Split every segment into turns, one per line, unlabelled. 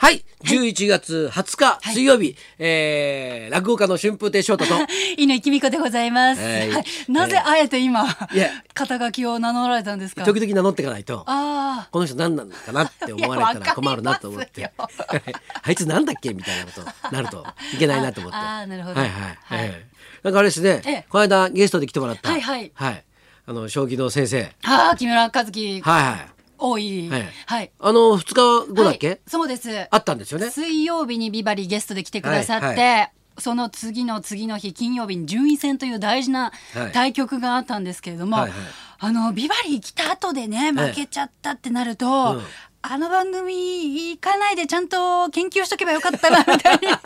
はい、11月20日、水曜日、えー、落語家の春風亭昇太と、
犬きみこでございます。
はい
はいなぜあえて今、
いや
肩書きを名乗られたんです か。
時々名乗っていかないと、
ああ、
この人何なのかなって思われたら困るなと思っ
いや
て
わかり、
あいつなんだっけみたいなことになるといけないなと思って。
ああーなるほど
はいはい。
はい
ええなんかあれですね、
ええ
この間ゲストで来てもらった、
はいはい
あの、将棋の先生。
ああ木村和樹
はいはい。
多い。
はい
はい。
あの、2日後だっけ、
はいそうです
あ。ったんですよね。
水曜日にビバリーゲストで来てくださって。
はいは
その次の次の日金曜日に順位戦という大事な
はい
対局があったんですけれども、
はいはい
あのビバリー来た後でね
ええ
負けちゃったってなると、
うん
あの番組行かないでちゃんと研究しとけばよかったなみたいになっ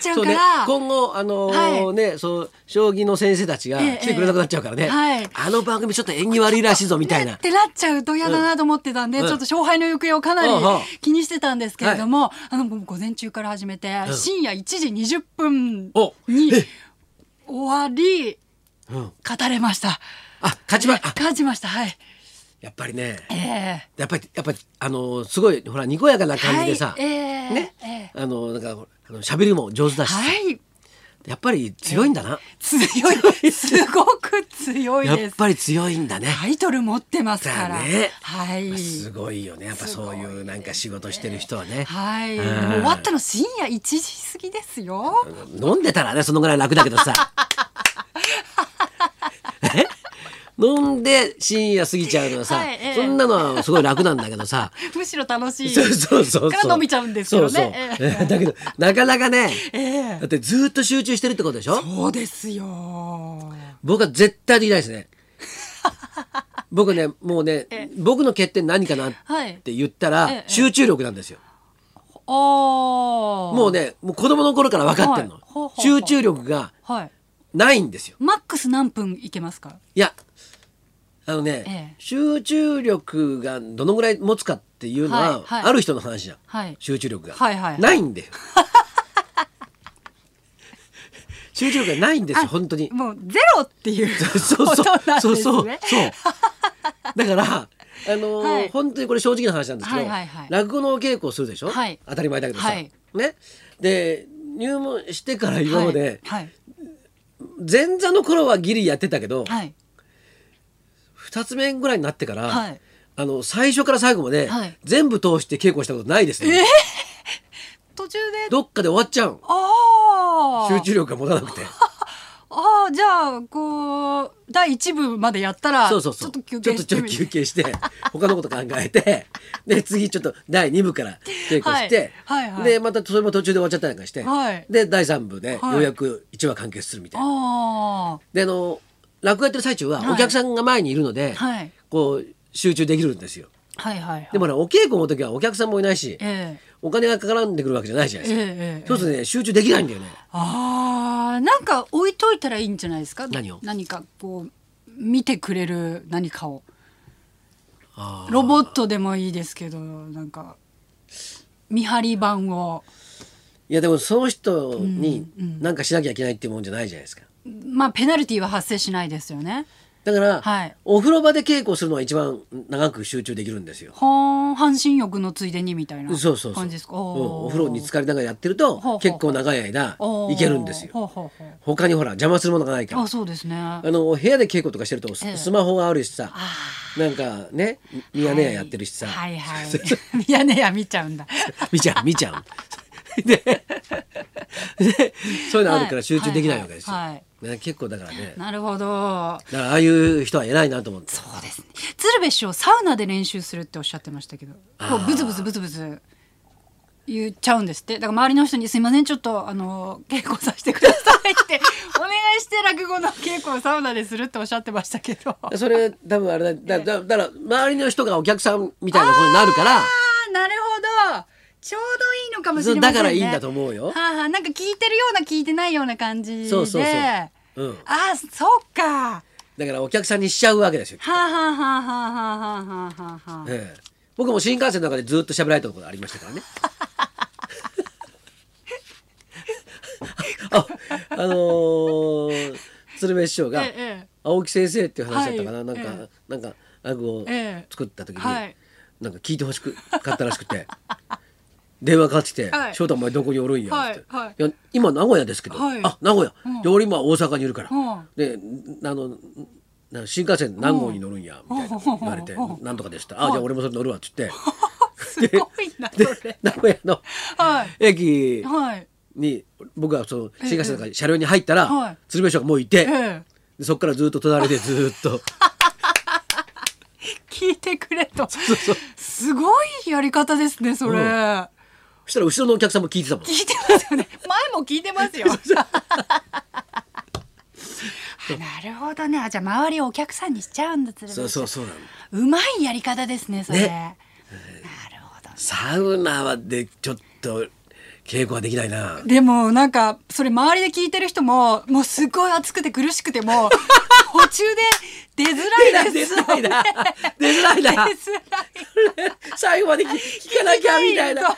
ちゃう
そう
か
ね
ら、
今後あのー
はい
ねそう将棋の先生たちが
ええ
来てくれなくなっちゃうからね、
ええはい
あの番組ちょっと縁起悪いらしいぞみたい
ね
な
っ。てなっちゃうと嫌だなと思ってたんで、
うん
ちょっと勝敗の行方をかなり
うんうん
気にしてたんですけれども、あのもう午前中から始めて、
うん
深夜1時20分
お
に
え
終わり
うん、
語れました。
あ勝ちまあ
勝ちました。はい。
やっぱりね
ええ
やっぱりやっぱりあのーすごいほらにこやかな感じでさ、
はいええ
ね、
ええ
あのーなんかあの喋りも上手だしさ、
はい。
やっぱり強いんだな、
強い。すごく強い
や
で
っ
す。
ぱり強いんだね。
タイトル持ってますか
だ
ら。
ね
はい。
すごいよねやっぱそういうなんか仕事してる人はね。
はい。
う
も
ん
う終わったの深夜1時過ぎですよ。
飲んでたらねそのぐらい楽だけどさえ飲んで深夜過ぎちゃうのはさ、
はいええ
そんなのはすごい楽なんだけどさ
むしろ楽しい。
そうそうそう
から飲みちゃうんですけどね
そうそう
え
ええだけどなかなかね、
え
だってずっと集中してるってことでしょ
そうですよ。
僕は絶対できないですね僕ねもうね、僕の欠点何かなっ
はい
て言ったら、
ええええ
集中力なんですよ
おお。
もう。ねもう子供の頃から分かってるの、
はいほうほうほう
集中力が
はい。
ないんですよ
マックス何分いけますか。
いやあのね
ええ、
集中力がどのぐらい持つかっていうのは、
はいはい
ある人の話じゃん、
はい
集中力が、
はいはいはい
ないんだよ 集中力がないんですよ本当に
もうゼロっていう
そうそう
ことなんです
そう
ね。
そうそうだからあのー
はい
本当にこれ正直な話なんですけど、
はいはいはい
落語のお稽古をするでしょ、
はい
当たり前だけどさ、
はい
ねで入門してから今まで、
はい。
前座の頃はギリやってたけど、
はい。
二つ目ぐらいになってから、
はい
あの最初から最後まで、
はい
全部通して稽古したことないですね、
途中で。
どっかで終わっちゃう
ああ。
集中力が持たなくて
ああ、じゃあ、こう、第一部までやったら。
そうそうそう
ちょっと休憩して
ちょっ
み
と休憩して他のこと考えてで次ちょっと第2部から稽古して、
はいはいはい
でまたそれも途中で終わっちゃったりなんかして、
はい
で第3部でよ
はいう
やく1話完結するみたいな。
あ
であの落語やってる最中は
はい
お客さんが前にいるので、
はい
こう集中できるんですよ。
あ。はいはいはい。
でもねお稽古の時はお客さんもいないし、
ええ。
お金が絡んでくるわけじゃないじゃないですか。
ええええ
そうするとね集中できないんだよね。
ああ、なんか置いといたらいいんじゃないですか。
何を
何かこう見てくれる何かを。
あ
ロボットでもいいですけど、なんか見張り板を
いやでもその人に何かしなきゃいけないっていうもんじゃないじゃないですか。
まあペナルティは発生しないですよね。
だから、
はい
お風呂場で稽古するのは一番長く集中できるんですよ。
ほーん半身浴のついでにみたいな
そうそうそう。
感じですか。
うん
おー
お風呂に浸かりながらやってると
ほうほう
結構長い間
おー
いけるんですよ。
ほうほうほう
他にほら邪魔するものがないから
あ、。そうですね。あ
あの部屋で稽古とかしてると
ええ
ススマホがあるしさ、
あ
なんかねミヤネ屋やってるしさ、
はいはいはい。 ミヤネ屋見ちゃうんだ。
見 ちゃう見ちゃう。ででそういうのあるか
は
ら
い
集中できないわけですよ。
はいはい
ね、結構だからねだか
なるほど。
らああいう人は偉いなと思って
そうですね。鶴瓶師匠サウナで練習するっておっしゃってましたけど、こうブツブツブツブツ言っちゃうんですって。だから周りの人にすいませんちょっとあの稽古させてくださいって お願いして落語の稽古をサウナでするっておっしゃってましたけ ど。あ
それ多分あれだだだだから周りの人がお客さんみたいなことになるから
あなるほど。ちょうどいいのかもしれませんね。
そうだからいいんだと思うよ
はあ、はあ、なんか聞いてるような聞いてないような感じで。
そうそうそう、うん、
ああそうか。
だからお客さんにしちゃうわけですよ
は、あ、はあはあはあはあはあはあはあ。
ええ僕も新幹線の中でずっと喋られたことありましたからね ああのー鶴瓶師匠が
ええ
青木先生っていう話だったかな、
はい
なんか、
え
なんか落語を
ええ
作った時に、
はい
なんか聞いてほしくかったらしくて 電話かかってきて
は
「
い
翔太お前どこにおるんや」って
はいはい
いや今名古屋ですけど
はい
あ名古屋
うん
で俺今大阪にいるから
うん
でんあのんな新幹線何号に乗るんやみたいな
うん
言われて
うん
「なんとかでしたあじゃあ俺もそれ乗るわ」っつって
すごいなそ
で
れ。
名古屋の
はい
駅
はい
に僕はその
ええ
新幹線の中に車両に入ったら
はい
鶴瓶師匠がもういて
ええ
でそっからずっと隣でずっと
聞いてくれと
そうそう
すごいやり方ですねそれ、
うんそ
聞
したら後ろのお客さんも聞いてたもん。
いてますよね前も聞いてますよ あなるほどねあじゃあ周りをお客さんにしちゃうんだつる
そうそうそうなの
うまいやり方ですねそれ
ね
なるほど
サウナはでちょっと稽古はできないな。
でもなんかそれ周りで聞いてる人ももうすごい暑くて苦しく ても途中で出づらい
出
です
づらいな。出づらい
出づら
な。
い
最後まで聞聞かなきゃみたいな。
でも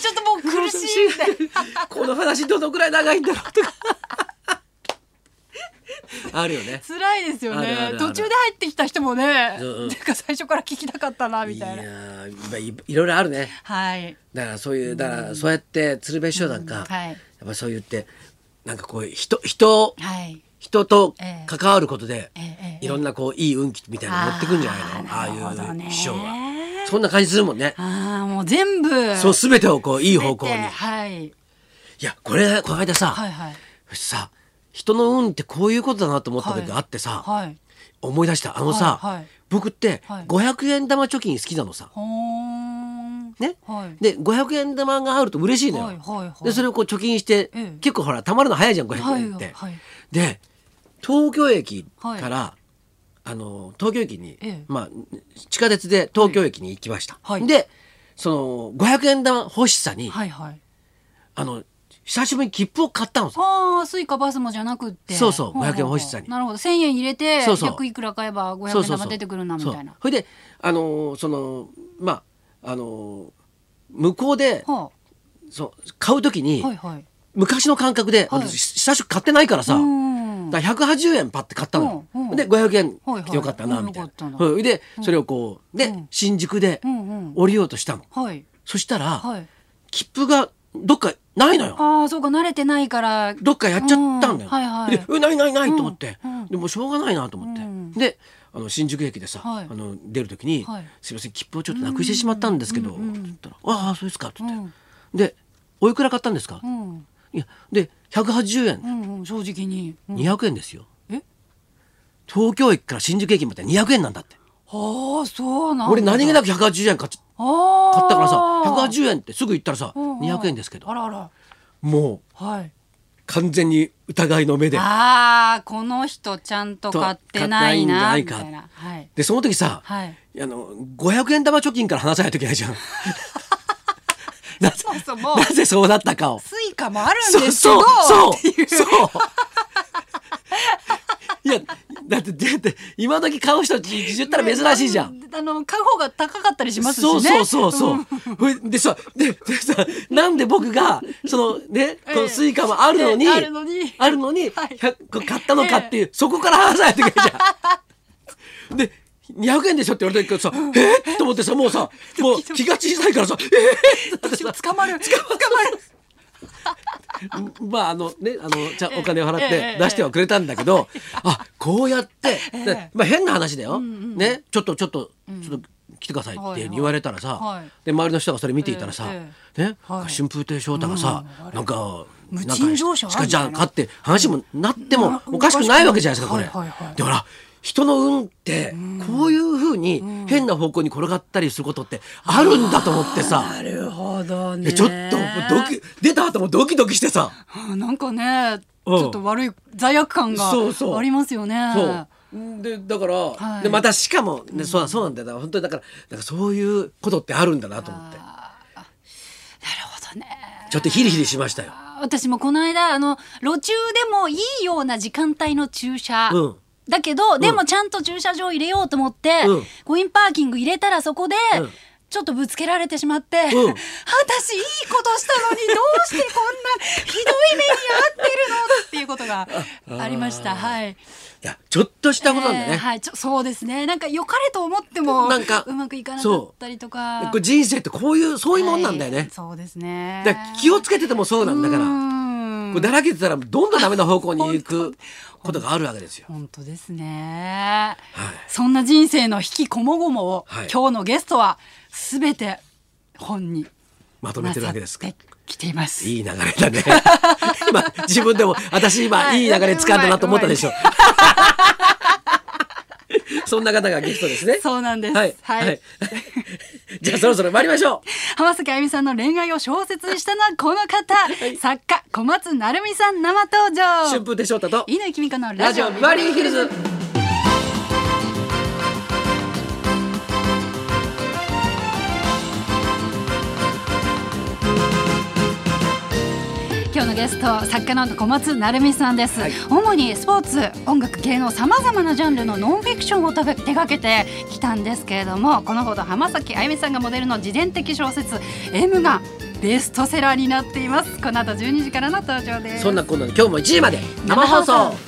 ちょっともう苦しいみたいな
この話どのくらい長いんだろうとか。あるよね。
辛いですよ
あるあるあ
ね
る
途中で入ってきた人もね、
うんうん
なんか最初から聞きたかったないみた
や
いな
ーまあいいろいろあるね。
はい
だからそういうだからそうやって鶴瓶師匠なんか、
うんはい
やっぱそう言ってなんかこういう人人
はい
人と
ええ
関わることで、
ええええ
いろんなこういい運気みたいなの持ってくんじゃないのあ
あ
あ
ーなるほど
い
ね
う師匠はそんな感じするもんね
ああもう全部
そう全てをこういい方向に
全てはい
いやこれこの間さ、
はいはい
さ人の運ってこういうことだなと思った時があってさ、
はい
思い出したあのさ、
はいはい
僕って
はい
500円玉貯金好きなのさ、
ほーん
ね、
はい
で500円玉があると嬉しいのよ、
はいはいはい
でそれをこう貯金して、
ええ
結構ほらたまるの早いじゃん500円って、
はいはい
で東京駅から、あの東京駅に、
ええ
まあ、地下鉄で東京駅に行きました、
はい
でその500円玉欲しさに、
はいはい
あの久しぶりに切符を買ったのさ
ああスイカバスもじゃなくって
そうそう
ほほほ
500円欲しさに
なるほど1000円入れて
そうそう
100いくら買えば
そう
500円
そう
玉
そう
出てくるなみたいな
そうそれであのーそのまああのー向こうで
は
そう買うときに、
あはいはい
昔の感覚で、
はい
私久しく買ってないからさ、
うん
だから180円パッて買ったのよ、
うんうん
で500円
はいはい
来てよかったなみたいな、
うんよかったな
うんでそれをこうで、
うん
新宿で
うんうん
降りようとしたの、
はい
そしたら、
はい
切符がどっかないのよ
ああそうか慣れてないから
どっかやっちゃったんだよ、
うんはいはい
でうないないないと思って、
うんうん
でもうしょうがないなと思って、
うん
であの新宿駅でさ、
はい
あの出る時に、
はい
すいません切符をちょっとなくしてしまったんですけど」
うんうん
って言ったら「ああそうですか」って言って、
うん
で「おいくら買ったんですか
うん
いやで180円、
うんうん正直に、うん、
200円ですよ
え
東京駅から新宿駅まで200円なんだって
ああそうなんだ
俺何気
だ
なく180円買っち
あ
買
あ
ったからさ180円ってすぐ行ったらさ
うんうん
200円ですけど
あらあら
もう
はい
完全に疑いの目で
ああこの人ちゃんと買ってないな
と買っ
み
て
た
ないん
い
じゃ
なはい
でその時さ
はい
あの500円玉貯金から話さないといけないじゃんなぜ
そもそ も
なぜそうなったかを
スイカもあるん
そ
で
う
すけ
そ
ど
うそう
っていう
そういやだってだって今時買う人って言ったら珍しいじゃん
ねあの買う方が高かったりしますしね
そうそうそうそ
ん
う。 ほいでさ、で、でさ、なんで僕が、そのね、
ええ
このスイカもあるのに、
ええあるのに
あるのに
はい
100個買ったのかっていう、そこから話さないといけないじゃん。 で、200円でしょって言われたけどさ、えっと思ってさ、もうさ、もう気が小さいからさ、えっ、
私も捕ま る
まああのねあのじゃあ
ええ
お金を払っ
えええ
て
え
出してはくれたんだけど、あこうやって、でまあ変な話だよ、ねちょっとちょっとちょっと来てくださいっていうふうに言われたらさ、
はいはい
で周りの人がそれ見ていたらさ、
え
ね、春風亭昇太がさ、なんか。
無
なんか
賃乗車ある
近
みたいな
じゃんかって話もなっても
うん
おかしくないわけじゃないですかこれ。
はいはいはい
だから人の運ってこういうふうに変な方向に転がったりすることってあるんだと思ってさ、
なるほど
い
ね
やちょっともうドキ出た後もドキドキしてさ。
あ なんかねち
うん
ょっと悪い罪悪感が
そうそう
ありますよね
そうでだから、
はい
でまたしかも、ね、そうだそうなんだよだから本当にだからなんかそういうことってあるんだなと思って
あーなるほどね
ちょっとヒリヒリしましたよ。
あー私もこの間あの路中でもいいような時間帯の駐車、
うん
だけどでもちゃんと駐車場入れようと思って、
うん
コインパーキング入れたらそこで、
うん
ちょっとぶつけられてしまって、私いい
ん
ことしたのにどうしてこんなひどい目に遭ってるのっていうこと がありました。はい。
いやちょっとしたことなんだよ
えー
ね、
はい、ちょそうですね。なんか良かれと思っても
なんか
うまくいかなかったりとか。
これ人生ってこういうそういうもんなんだよ
は
ね
い、そうですね。
だから気をつけててもそうなんだから
うん
これだらけてたらどんどんダメな方向に行くことがあるわけですよ。
本当ですね、
はい
そんな人生の引きこもごもを、
はい
今日のゲストはすべて本に
まとめ
な
てる
さ
わ
っ
けですか
て。きています。
いい流れだ ね。今自分でも私今
はい
いい流れ掴んだなと思ったでしょ。 そんな方がゲストですね。
そうなんです。
はい
はい
はい。 じゃあそろそろ参りましょ
浜崎あゆみさんの恋愛を小説にしたのはこの方、
い
作家小松成美さん生登
う。
場
春風亭昇太と
乾きみかのラ
ラ
ジ
ジ
オ
オビバリーヒルズ。
今日のゲスト作家の小松成美さんです、
はい
主にスポーツ音楽芸能さまざまなジャンルのノンフィクションを手が手掛けてきたんですけれどもこのほど浜崎あゆみさんがモデルの自伝的小説「M」がベストセラーになっていますこの後12時からの登場です
そんなこんなで今日も1時まで生
生放
放
送
送。